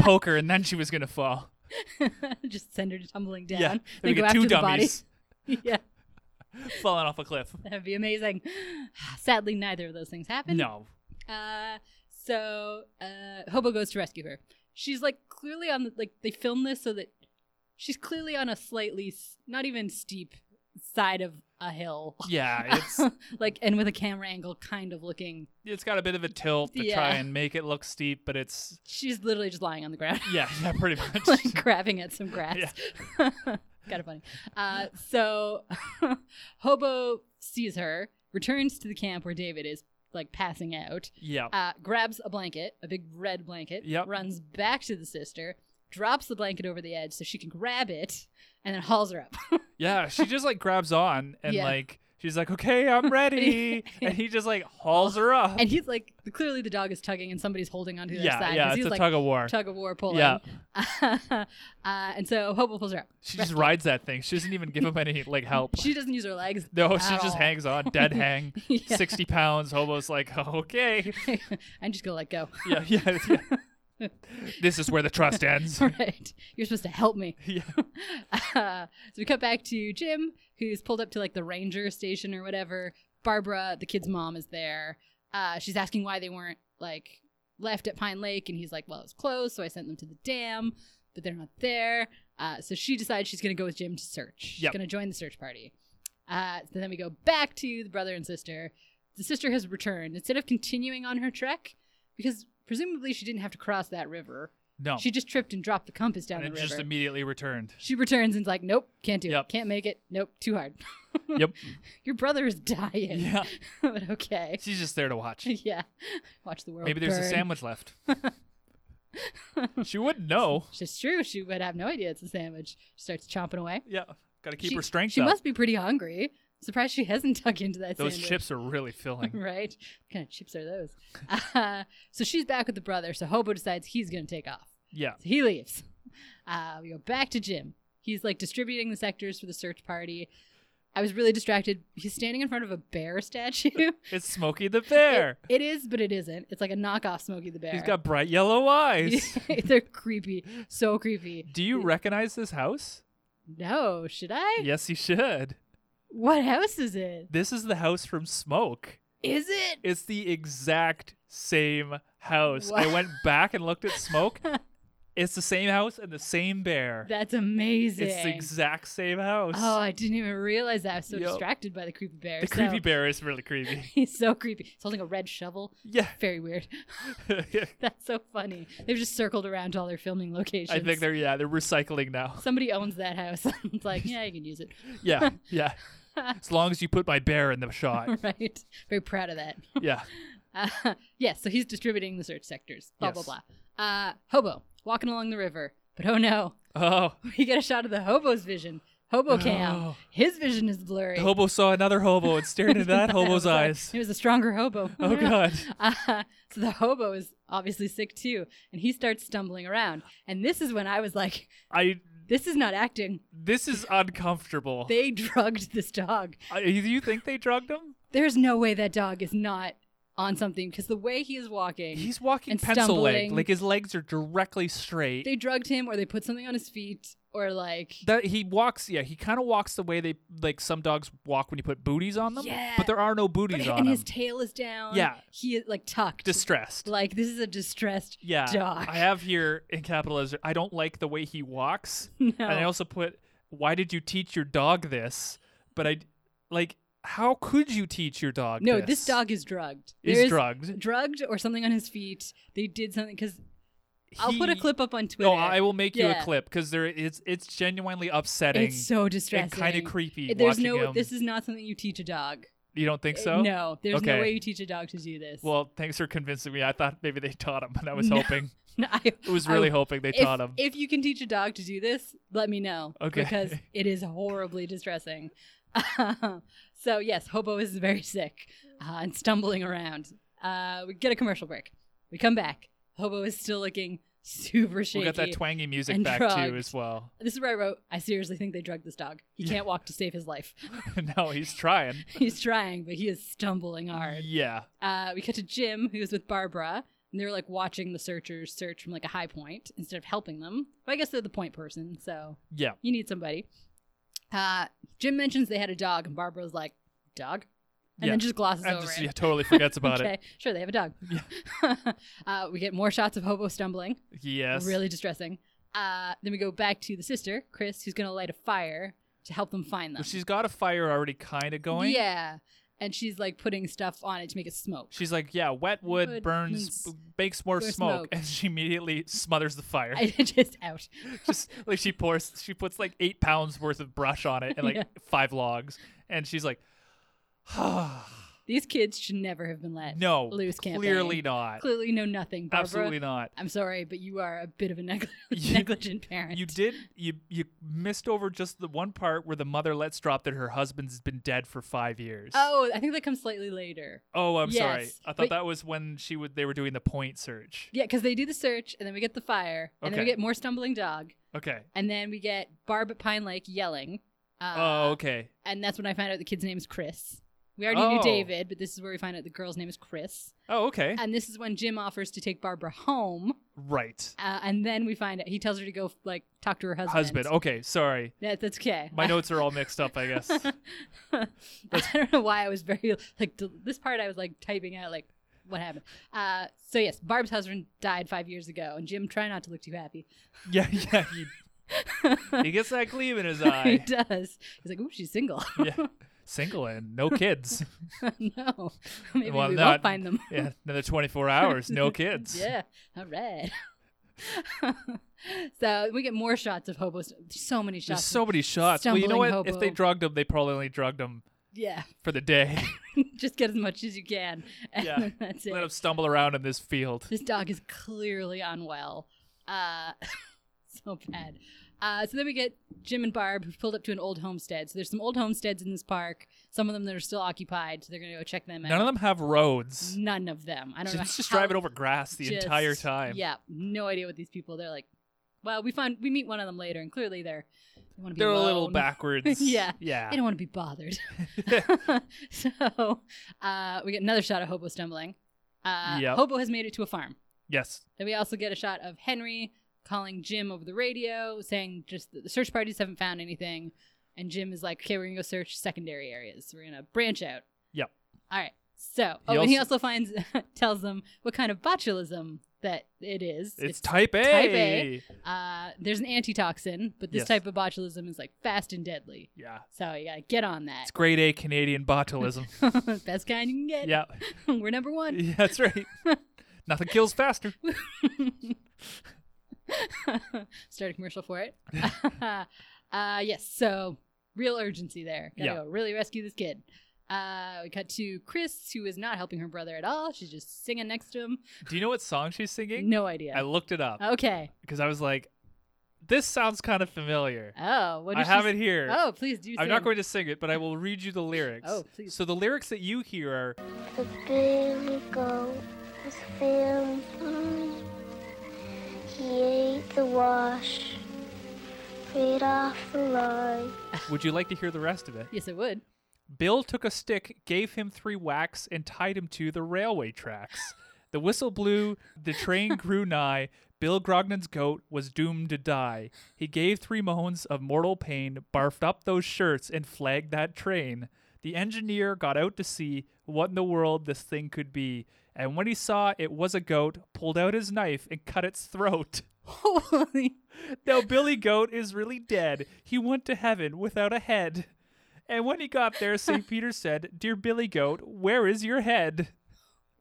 poke her, and then she was going to fall. Just send her tumbling down. Yeah. Then we go get after two the body. dummies <laughs> <laughs> yeah, falling off a cliff. that'd be amazing. <sighs> Sadly, neither of those things happened. No. Uh, so uh, Hobo goes to rescue her. She's like clearly on the, like they filmed this so that she's clearly on a slightly s- not even steep side of a hill, <laughs> Yeah, it's like and with a camera angle kind of looking. it's got a bit of a tilt to Yeah. try and make it look steep, but it's She's literally just lying on the ground, <laughs> yeah, <laughs> yeah, pretty much. <laughs> like grabbing at some grass. <laughs> kind of funny. Uh, so Hobo sees her returns to the camp where David is like passing out, Yeah. uh, grabs a blanket, a big red blanket, Yep. runs back to the sister, drops the blanket over the edge so she can grab it, and then hauls her up. <laughs> Yeah, she just like grabs on and Yeah. like she's like, "Okay, <laughs> I'm ready," and he just like hauls her up. and he's like, clearly the dog is tugging and somebody's holding onto the other yeah, side. yeah, 'cause it's he's a like, tug of war. tug of war pulling. <laughs> Yeah. uh, and so Hobo pulls her up. she just rides that thing. She doesn't even give him any like <laughs> help. She doesn't use her legs. no, at she just all. <laughs> hangs on, dead hang, Yeah. sixty pounds, almost like <laughs> okay. I'm just gonna let go. <laughs> Yeah, yeah, yeah. this is where the trust ends. <laughs> right. You're supposed to help me. <laughs> yeah, Uh, <laughs> so we cut back to Jim, who's pulled up to like the ranger station or whatever. Barbara, the kid's mom, is there. Uh, she's asking why they weren't like left at Pine Lake, and he's like, "Well, it's closed, so I sent them to the dam, but they're not there." Uh, so she decides she's gonna go with Jim to search. She's Yep. gonna join the search party. Uh, so then we go back to the brother and sister. The sister has returned instead of continuing on her trek, because presumably she didn't have to cross that river. no, She just tripped and dropped the compass down Oh. and the it river. just <laughs> immediately returned. She returns and's like, nope, can't do Yep. it. Can't make it. Nope, too hard. <laughs> Yep. Your brother is dying. Yeah, <laughs> but okay. <laughs> she's just there to watch. yeah. Watch the world. Maybe there's a burn. sandwich <laughs> left. she wouldn't know. It's true. She would have no idea it's a sandwich. She starts chomping away. Yeah, gotta keep she, her strength She up. must be pretty hungry. Surprised she hasn't <laughs> dug into that Those sandwich. chips are really filling. <laughs> right? What kind of chips are those? <laughs> Uh, so she's back with the brother. So Hobo decides he's going to take off. yeah, So he leaves. Uh, we go back to Jim. He's like distributing the sectors for the search party. I was really distracted. He's standing in front of a bear <laughs> statue. it's Smokey the Bear. It is, but it isn't. It's like a knockoff Smokey the Bear. <laughs> He's got bright yellow eyes. They're creepy. So creepy. Do you recognize this house? No, should I? Yes, you should. What house is it? This is the house from Smoke. Is it? It's the exact same house. I Wow. went back and looked <laughs> at Smoke. it's the same house and the same bear. That's amazing. it's the exact same house. oh, I didn't even realize that. I was so Yep. distracted by the creepy bear. the so- creepy bear is really <laughs> creepy. <laughs> He's so creepy. He's holding a red shovel. yeah. <laughs> Very weird. <laughs> That's so funny. They've just circled around to all their filming locations. I think they're yeah, they're recycling now. Somebody owns that house. <laughs> it's like, yeah, you can use it. <laughs> Yeah. Yeah. as long as you put my bear in the <laughs> shot. right. Very proud of that. Yeah. Uh, <laughs> yeah, so he's distributing the search sectors. Blah blah Yes. blah. Uh, hobo walking along the river, but oh no, <laughs> Oh. we get a shot of the hobo's vision. Hobo cam. No. His vision is blurry. <laughs> The Oh. hobo saw another hobo and stared into that hobo's It was like- eyes. It was a stronger hobo. <laughs> Oh god. Uh, so the hobo is obviously sick too, and he starts stumbling around. And this is when I was like, I "This is not acting. this is uncomfortable. They drugged this dog. I- do you think they drugged him? There's no way that dog is not on something because the way he is walking, <laughs> He's walking And pencil legged. stumbling. Like his legs are directly straight. they drugged him, or they put something on his feet, or like." that he walks, yeah, he kind of walks the way they like some dogs walk when you put booties on them. Yeah. But there are no booties But- on and him. his tail is down. Yeah. He is like tucked. Distressed. like this is a distressed yeah. dog. I have here in capitals. I don't like the way he walks. <laughs> no. And I also put, why did you teach your dog this? But I, like, how could you teach your dog no, this? this. dog is drugged. is There drugged. drugged or something on his feet. They did something because I'll put a He- clip up on Twitter. No, I will make you Yeah. a clip because there it's it's genuinely upsetting It's so distressing. and kind of creepy. It- There's watching no. him. This is not something you teach a dog. you don't think It- so? Uh, No, there's no Okay. way you teach a dog to do this. Well, thanks for convincing me. I thought maybe they taught him, and I <laughs> was No. hoping. <laughs> I, I was I- really hoping they if, taught him. if you can teach a dog to do this, let me know. Okay. <laughs> Because it is horribly distressing. <laughs> so, yes, Hobo is very sick uh, and stumbling around. Uh, we get a commercial break. We come back. Hobo is still looking super shaky. we got that twangy music and back drugged. too, as well. <laughs> this is where I wrote, I seriously think they drugged this dog. He Yeah. can't walk to save his life. <laughs> no, he's trying. He's trying, but he is stumbling <laughs> hard. Yeah, Uh, we cut to Jim, who's with Barbara, and they're like watching the searchers search from like a high point instead of helping them. But I guess they're the point person, so yeah. you need somebody. Uh, Jim mentions they had a dog, and Barbara's like, "Dog," and Yeah. then just glosses And over just it. yeah, totally forgets <laughs> about okay, it. sure, they have a dog. <laughs> uh, we get more shots of Hobo stumbling, Yes. really distressing. Uh, then we go back to the sister, Chris, who's gonna light a fire to help them find them. Well, she's got a fire already kind of going. Yeah, and she's like putting stuff on it to make it smoke. She's like, yeah, wet wood Wood burns, burns- b- makes more more smoke. smoke. and she immediately smothers the fire. <laughs> I just out. <laughs> Just like she pours, she puts like <laughs> eight pounds worth of brush on it and like <sighs> Yeah. <laughs> five logs, and she's like, These kids should never have been <laughs> let No, loose campaign. clearly not. Clearly know nothing, Barbara. Absolutely not. I'm sorry, but you are a bit of a <laughs> negli- You- negligent parent. You did you you missed over just the one part where the mother lets drop that her husband's been dead for five years. Oh, I think that comes slightly later. Oh, I'm sorry. Yes, I thought but- that was when she would they were doing the point search. Yeah, because they do the search, and then we get the fire, and then we Okay. get more stumbling dog, Okay. and then we get Barb at Pine Lake yelling. Uh, oh, okay. And that's when I find out the kid's name is Chris. We already knew Oh. David, but this is where we find out the girl's name is Chris. Oh, okay. And this is when Jim offers to take Barbara home, right. uh, and then we find out he tells her to go like talk to her husband. Husband. Okay, sorry. That, that's okay. My notes are all mixed up, I guess. <laughs> I don't know why I was very like th- this part. I was like typing out like what happened. Uh, so yes, Barb's husband died five years ago, and Jim try not to look too happy. Yeah, yeah. He, he gets that gleam in his <laughs> he eye. does. He's like, "Ooh, she's single." <laughs> Yeah. Single and no kids. <laughs> no, <laughs> maybe Well, we won't not- find them. <laughs> Yeah, another 24 hours, no kids. yeah. All right. <laughs> so we get more shots of hobos. So many There's shots. so many shots. Well, you know what? Stumbling If they hobo. drugged him, they probably only drugged him yeah, <laughs> for the day. just get as much as you can, <laughs> and Yeah. then that's it. <laughs> Let him stumble around in this field. This dog is clearly unwell. Uh, <laughs> so bad. Uh, so then we get Jim and Barb who've pulled up to an old homestead. So there's some old homesteads in this park. Some of them that are still occupied. So they're gonna go check them out. None of them have roads. None of them. I don't know. Just, just how- driving over grass the just- entire time. Yeah, no idea what these people. They're like, well, we find we meet one of them later, and clearly they're they want to be They're a little alone. <laughs> backwards. Yeah. They Yeah. don't want to be <laughs> bothered. <laughs> so uh, we get another shot of Hobo stumbling. Uh, Yep. Hobo has made it to a farm. Yes. Then we also get a shot of Henry calling Jim over the radio, saying just that the search parties haven't found anything. And Jim is like, okay, we're going to go search secondary areas. We're going to branch out. Yep. All right. So, oh, and also- he also finds, <laughs> tells them what kind of botulism that it is. It's, type A. A. uh, there's an antitoxin, but this Yes. type of botulism is like fast and deadly. Yeah. So you got to get on that. <laughs> It's grade A Canadian botulism. Best kind you can get. yeah. <laughs> <laughs> we're number one. yeah. <laughs> That's right. Nothing kills faster. <laughs> Start a commercial for it. uh, yes, so real urgency there. Gotta Yeah. go really rescue this kid. Uh, we cut to Chris, who is not helping her brother at all. She's just singing next to him. Do you know what song she's singing? No Oh. idea. I looked it up okay. because I was like, this sounds kind of familiar. Oh, what I did she have s- it here. Oh, please do. I'm sing. not going to sing it, but I will read you the lyrics. Oh, please. So the lyrics that you hear are The billy goat was feeling fine. He ate the wash, paid off the line. Would you like to hear the rest of it? Yes, it <laughs> would. Bill took a stick, gave him three whacks, and tied him to the railway tracks. The whistle blew, the train grew nigh. Bill Grognon's goat was doomed to die. He gave three moans of mortal pain, barfed up those shirts, and flagged that train. The engineer got out to see what in the world this thing could be, and when he saw it was a goat, pulled out his knife and cut its throat. Holy. Now Billy Goat is really dead. He went to heaven without a head. And when he got <laughs> there, St. Peter said, Dear Billy Goat, where is your head?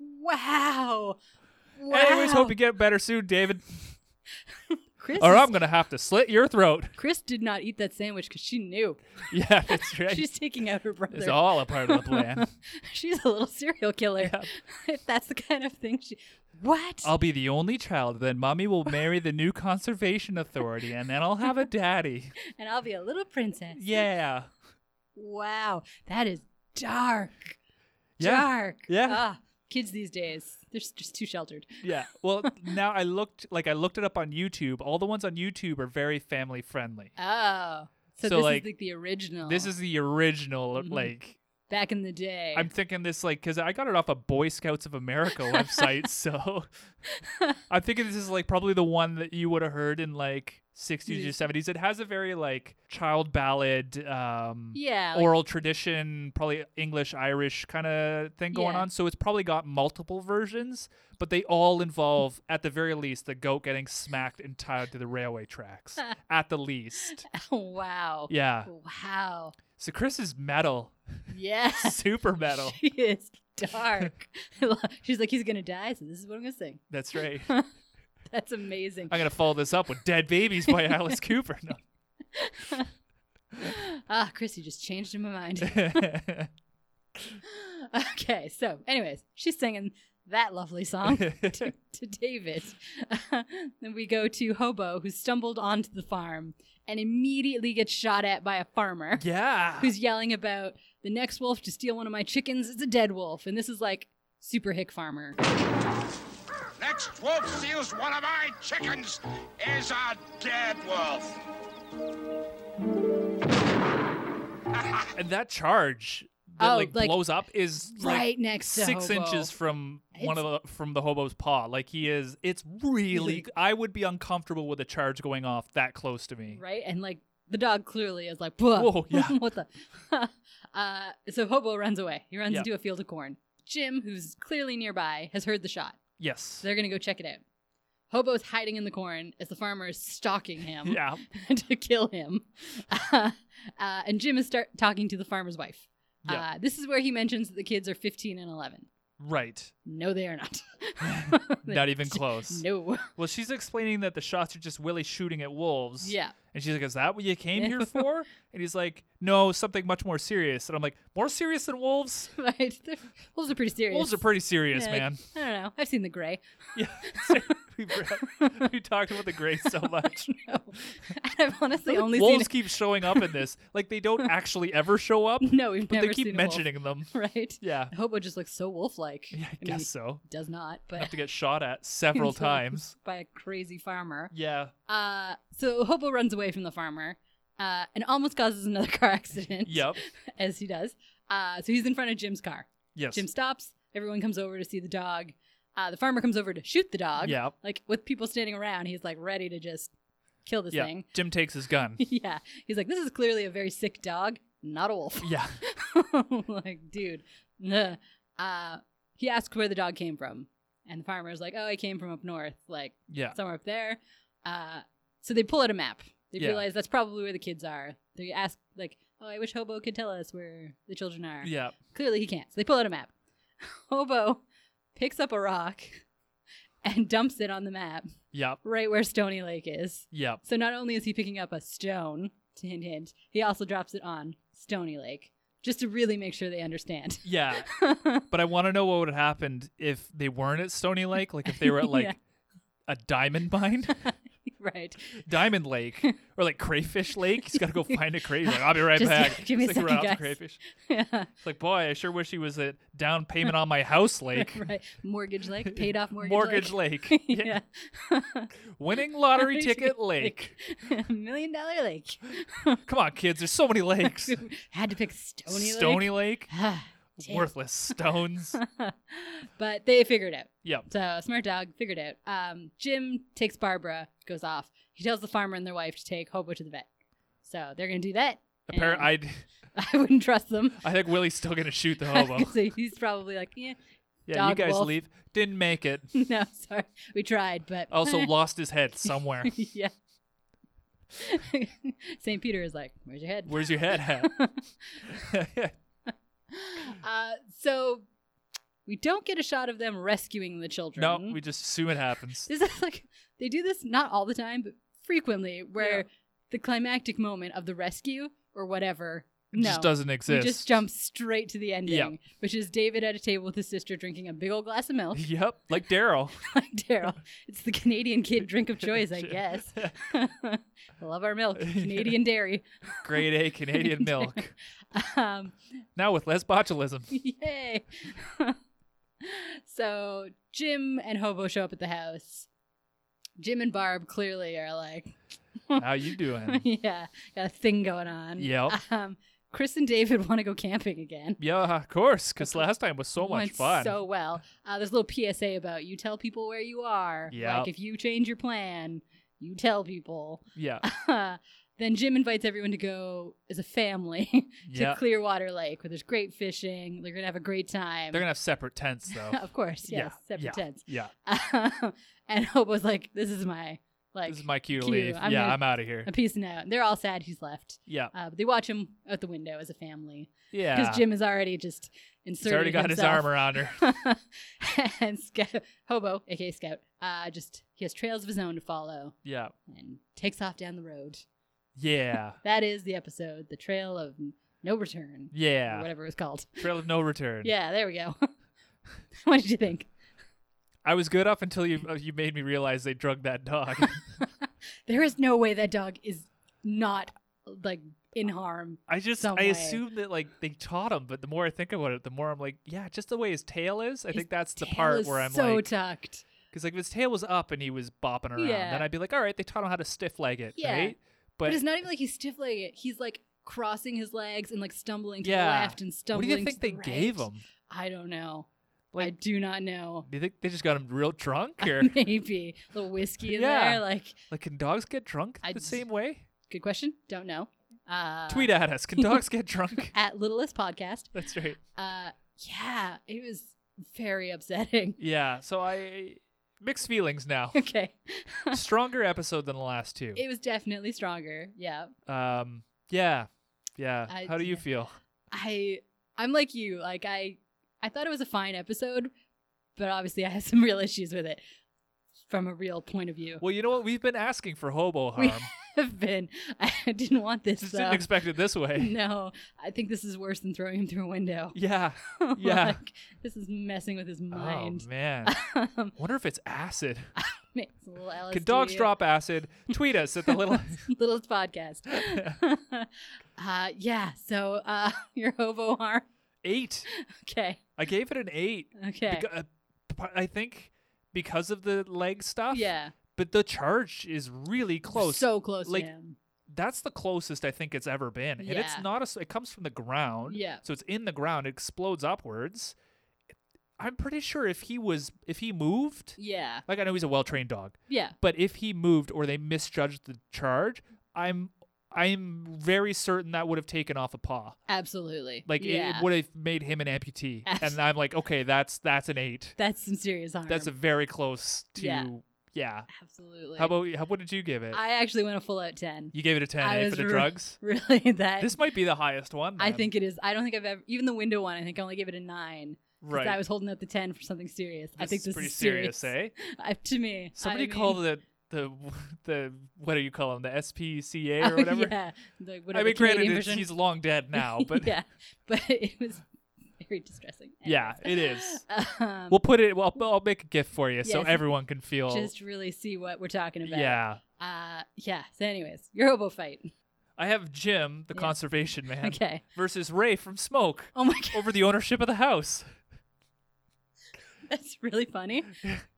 Wow. Wow. Anyways, hope you get better soon, David. Chris, Or is- I'm going to have to slit your throat. <laughs> Chris did not eat that sandwich because she knew. Yeah, that's <laughs> right. She's taking out her brother. it's all a part of the <laughs> plan. She's a little serial killer. <laughs> if that's the kind of thing she. What? I'll be the only child, then mommy will marry the new conservation authority, and then I'll have a <laughs> daddy. and I'll be a little princess. Yeah. Wow. That is dark. Yeah. Dark. Yeah. Ah, kids these days, they're s- just too sheltered. Yeah. Well, now I looked like I looked it up on YouTube. All the ones on YouTube are very family friendly. Oh. So, So, this like, is like the original. This is the original, Mhm. like back in the day. I'm thinking this like because I got it off a Boy Scouts <laughs> of America website, so I'm thinking this is like probably the one that you would have heard in like 60s Yeah. or 70s. It has a very like child ballad, um, yeah. like- <laughs> oral tradition, probably English Irish kind of thing going Yeah. on. So it's probably got multiple versions, but they all involve at the very least the goat getting smacked and tied to the <laughs> railway tracks. at the least, wow. yeah. Wow. So Chris is <laughs> metal, Yeah. <laughs> super metal. She is dark. <laughs> I lo- She's like, he's going to die, so this is what I'm going to sing. That's right. That's amazing. I'm gonna follow this up with "Dead Babies" <laughs> by Alice Cooper. No. <gasps> ah, Chris, you just changed my mind. <laughs> okay, so, anyways, she's singing that lovely <laughs> song to, to David. <laughs> then we go to Hobo, who stumbled onto the farm and immediately gets shot at by a farmer yeah. who's yelling about the next wolf to steal one of my chickens is a dead wolf. And this is like super hick farmer. Next wolf steals one of my chickens is a dead wolf. and that charge that Oh, like, like, blows up is like, right next to six Hobo. inches from one of the from the hobo's paw. Like he is. It's really. I would be uncomfortable with a charge going off that close to me. Right? And like the dog clearly is like, whoa, <laughs> Whoa, yeah. what the? <laughs> uh, so Hobo runs away. He runs Yeah. into a field of corn. Jim, who's clearly nearby, has heard the shot. Yes. So they're going to go check it out. Hobo's hiding in the corn as the farmer is stalking him Yeah. <laughs> to kill him. Uh, and Jim is start talking to the farmer's wife. Yeah. Uh, this is where he mentions that the kids are 15 and 11. Right. No, they are <laughs> not. <laughs> Not even close. No. Well, she's explaining that the shots are just Willie shooting at wolves. Yeah. And she's like, "Is that what you came Yeah. <laughs> here for?" And he's like, "No, something much more serious." And I'm like, "More serious than wolves? Right. <laughs> They're, wolves are pretty serious. Wolves are pretty serious, Yeah, like, <laughs> man." <laughs> I don't know. I've seen the gray. Yeah. We've read- we talked about the <laughs> gray so much. No. I've honestly Like, only wolves seen. keep showing up in this. Like they don't actually ever show <laughs> up, No, we've <laughs> but never they keep seen mentioning them. a wolf, <laughs> right? Yeah. Hobo just looks so wolf-like. Yeah, I, mean, guess so. he does not, Have but to get shot <laughs> at several Until- times. by a crazy farmer. Yeah. <laughs> Uh, so Hobo runs away from the farmer, uh, and almost causes another <laughs> car accident. Yep. as he does. Uh, so he's in front of Jim's car. Yes. Jim stops. Everyone comes over to see the dog. Uh, the farmer comes over to shoot the dog. Yeah. Like with people standing around, he's like ready to just kill this Yeah. thing. <laughs> Jim takes his gun. yeah. He's like, this is clearly a very sick dog, not a wolf. <laughs> yeah. like, dude. Ugh. Uh, he asks where the dog came from. And the farmer's like, oh, I came from up north, like Yeah. somewhere up there. Uh, so they pull out a map. They Yeah. realize that's probably where the kids are. They ask, like, oh, I wish Hobo could tell us where the children are. Yeah. Clearly, he can't. So they pull out a map. <laughs> Hobo picks up a rock <laughs> and dumps it on the map Yep. right where Stony Lake is. Yep. So not only is he picking up a stone, to hint, hint, he also drops it on Stony Lake just to really make sure they understand. <laughs> Yeah. But I want to know what would have happened if they weren't at Stony Lake, like if they were at like <laughs> Yeah. a diamond mine, right. <laughs> diamond lake, or like crayfish lake. He's got to go find a crayfish. Like, I'll be right Just <laughs> back. give me It's a like, second, we're out to guys. crayfish. yeah. It's like, boy, I sure wish he was at down <laughs> payment on my house lake, Right. Mortgage Lake, paid <laughs> off mortgage. mortgage lake, Yeah. <laughs> yeah. winning lottery ticket lake. <laughs> Million dollar lake. Come on, kids. There's so many lakes. Had to pick <laughs> Stony Lake. Stony Lake, Damn. <laughs> worthless stones. <sighs> but they figured it out. yep. So smart dog figured it out. Um, Jim takes Barbara, goes off. He tells the farmer and their wife to take Hobo to the vet. So they're gonna do that. <laughs> Apparently, and I I wouldn't trust them. I think Willie's still gonna shoot the I was <laughs> hobo. gonna say, he's probably like, yeah, <laughs> Yeah, you Dog guys wolf. leave. Didn't <laughs> make it. no, sorry, we tried, but <laughs> Also lost his head somewhere. yeah. <laughs> St. Peter is like, where's your head? Where's your head <laughs> at? <gasps> <laughs> Uh, so we don't get a shot of them rescuing the children. no, we just assume it happens. This is like they do this not all the time, but frequently, where Yeah. the climactic moment of the rescue or whatever It no, just doesn't you exist. just jump straight to the ending, which is David at a table with his sister drinking a big old glass of <laughs> milk, <laughs> Yep, like Daryl. like Daryl. It's the Canadian kid drink of <laughs> choice, <laughs> I guess. <laughs> Love our milk, Canadian dairy. Grade <laughs> A Canadian milk. Um, <laughs> Now with less botulism. Yay. <laughs> so Jim and Hobo show up at the house. Jim and Barb clearly are like, How <laughs> you doing? yeah, got a thing going on. Yep. Um, Chris and David <laughs> want to go camping again. Yeah, of course, because last time was so much Went fun. So well. Uh, there's a little PSA about you tell people where you are. Yep. Like if you change your plan, you tell people. <laughs> yeah, then Jim invites everyone to go as a family <laughs> yeah. to Clearwater Lake where there's great fishing. They're going to have a great time. They're gonna have separate tents though. <laughs> of course, yes, Yeah, separate yeah. tents. <laughs> yeah, and Hope was like, "This is my like, this is my cue to cue. leave. I'm yeah, gonna- I'm out <laughs> of here. I'm peacing out." And they're all sad he's left. Yeah, Uh, but they watch him out the window as a family because yeah. Jim is already just He's inserted. already got his arm himself. around <laughs> her. and Scout, Hobo, aka Scout, uh, just he has trails of his own to follow Yeah, and takes off down the road. yeah. That is the episode, the trail of No Return, or Yeah. whatever it was called. Trail of No Return. Yeah, there we go. <laughs> what did you think? <laughs> I was good up until you uh, you made me realize they drugged <laughs> that dog. There is no way that dog is not like in harm. I just Some I way. assumed that like they taught him, but the more I think about it, the more I'm like, yeah, just the way his tail is. I His think that's the Tail part is where I'm so like, tucked. because like if his tail was up and he was bopping around, Yeah. then I'd be like, all right, they taught him how to stiff leg it, Yeah. right? But, But, it's not even like he's stiff legged. He's like crossing his legs and like stumbling to the Yeah. left and what do stumbling. you think to they the right. gave him? I don't know. I Like- do not know. Do you think they just got him <laughs> real drunk, or Maybe a little whiskey in Yeah. there. Like, like can dogs get drunk I the just- same way? good question. Don't know. Uh, Tweet at us. Can <laughs> dogs get drunk? <laughs> at Littlest Podcast. That's right. Uh, yeah, it was very upsetting. <laughs> Yeah. So I mixed feelings now. Okay, Stronger episode than the last two. it was definitely stronger. Yeah, Um. Yeah. Yeah. I- How do you yeah. feel? I I'm like you. Like I I thought it was a fine episode, but obviously I have some real issues with it from a real point of view. <laughs> Well, you know what? We've been asking for hobo We- harm. Have been <laughs> I didn't want this. Just though. didn't expect it this way. <laughs> <laughs> no, I think this is worse than throwing him through a window. Yeah. <laughs> Yeah. Like, this is messing with his mind. Oh man. <laughs> um, <laughs> Wonder if it's acid. makes a little LSD. Can dogs <laughs> drop acid? Tweet us at the little. Littlest <laughs> podcast. <laughs> uh, yeah, so uh, <laughs> your hobo harm. eight. <laughs> Okay, I gave it an eight. okay. Beca- uh, p- I think because of the leg stuff. yeah, But the charge is really close. So close Like- to him. That's the closest I think it's ever been, and it's Yeah. not a. s- It comes from the ground. Yeah. So it's in the ground. It explodes upwards. I'm pretty sure if he was if he moved, Yeah, like I know he's a well trained dog, yeah. but if he moved or they misjudged the charge, I'm I'm very certain that would have taken off a paw. Absolutely. Like it- yeah. it, would have made him <laughs> an amputee. Abs- And I'm like, okay, that's that's an eight. That's some serious harm. That's a very close to Yeah. yeah. absolutely. How about how what did you give it? I actually went a full out ten. you gave it a ten I eh, was for the re- drugs. <laughs> Really, that This might be the highest one. I then. think it is. I don't think I've ever even the window one. I think I only gave it a nine. 'cause right. I was holding up the ten for something serious. I think this is pretty is serious. serious, eh? <laughs> I- to me, Somebody I mean- <laughs> call the the <laughs> the what do you call them? The <laughs> SPCA or Oh, whatever. Yeah, like I whatever. mean, granted, Canadian it's, version. <laughs> he's long dead now, but yeah, but it was very distressing. yeah, Anyways. it is. Um, We'll put it. Well, I'll- I'll make a gift for you so Yes. everyone can feel. just really see what we're talking about. yeah, Uh, yeah. So, anyways, your hobo <laughs> fight. I have Jim, the Yeah. conservation <laughs> man, Okay. versus Ray from Smoke Oh my <laughs> god, over the ownership of the house. <laughs> that's really funny.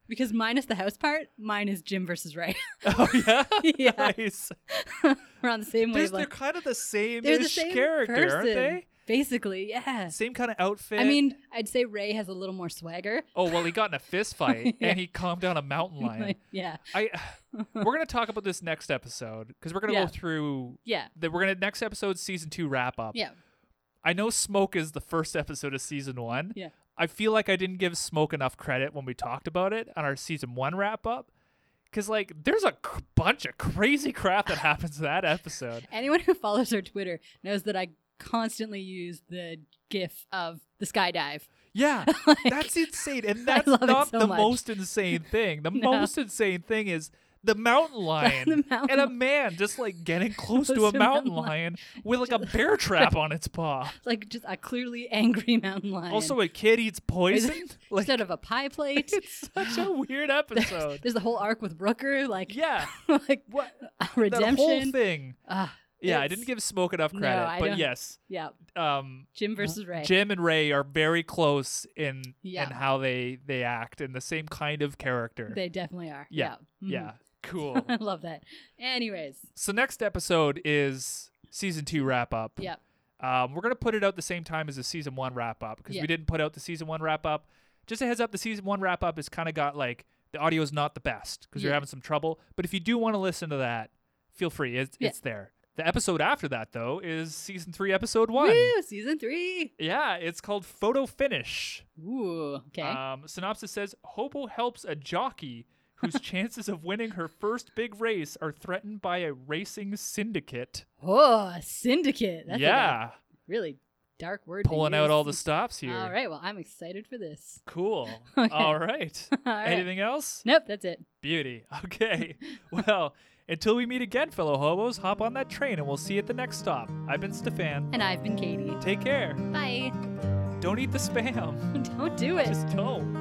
Because minus the house part, mine is Jim versus Ray. Oh yeah, Yeah. <laughs> nice. <laughs> we're on the same There's- They're wavelength. kind of the same. They're the same character, person, aren't basically. Yeah. they? Same kind of outfit. I mean, I'd say Ray has a little more swagger. oh well, he got <laughs> in a fist fight Yeah. and he calmed down a mountain lion. Like, yeah, <laughs> I. We're gonna talk about this next episode because we're gonna Yeah. go through. yeah, That we're gonna next episode season two wrap up. yeah. I know Smoke is the first episode of season one. Yeah. I feel like I didn't give Smoke enough credit when we talked about it on our season one wrap up. Because, like, there's a c- bunch of crazy crap that happens in that episode. Anyone who follows our Twitter knows that I constantly use the GIF of the skydive. <laughs> <laughs> <laughs> Yeah, Like, that's insane. And that's love it not so the much. most <laughs> insane thing. The No. most insane thing is <laughs> the mountain lion The mountain and a lion. man just like <laughs> getting close to a mountain <laughs> lion with like a bear trap on its <laughs> paw. like just a clearly angry mountain lion. Also, a kid eats poison. Like, instead of a pie plate, <laughs> it's <laughs> such a <laughs> weird episode. there's the whole arc with Rooker, like Yeah. <laughs> like What a that whole redemption. thing. Ah, Yeah, I it's- didn't give Smoke enough No, credit, I but don't- yes, yeah, um, Jim versus Ray. Jim and Ray are very close in Yeah. in how they they act and the same kind of character. They definitely are. Yeah, Mhm. yeah, <laughs> cool. I love that. Anyways, so next episode is season two wrap up. yeah, Um, we're gonna put it out the same time as the season one wrap up because Yeah. we didn't put out the season one wrap up. Just a heads up, the season one wrap up is kind of got like the audio's not the best because Yeah. you're having some trouble. But if you do want to listen to that, feel free. It's, Yeah. it's there. The episode after that though is season three, episode one. woo, season three. Yeah, it's called Photo Finish. Ooh, okay. Um, synopsis says Hobo helps a jockey <laughs> whose chances of winning her first big race are threatened by a racing syndicate. oh, syndicate. That's like a yeah, really dark word. to pulling out use. all the stops here. All right. Well, I'm excited for this. Cool. <laughs> Okay. All right. <laughs> All right. Anything else? <laughs> Nope, that's it. Beauty. Okay. well, Until we meet again, fellow hobos, hop on that train and we'll see you at the next stop. I've been Stefan. And I've been Katie. Take care. Bye. <laughs> Don't eat the spam. Don't do it. Just don't.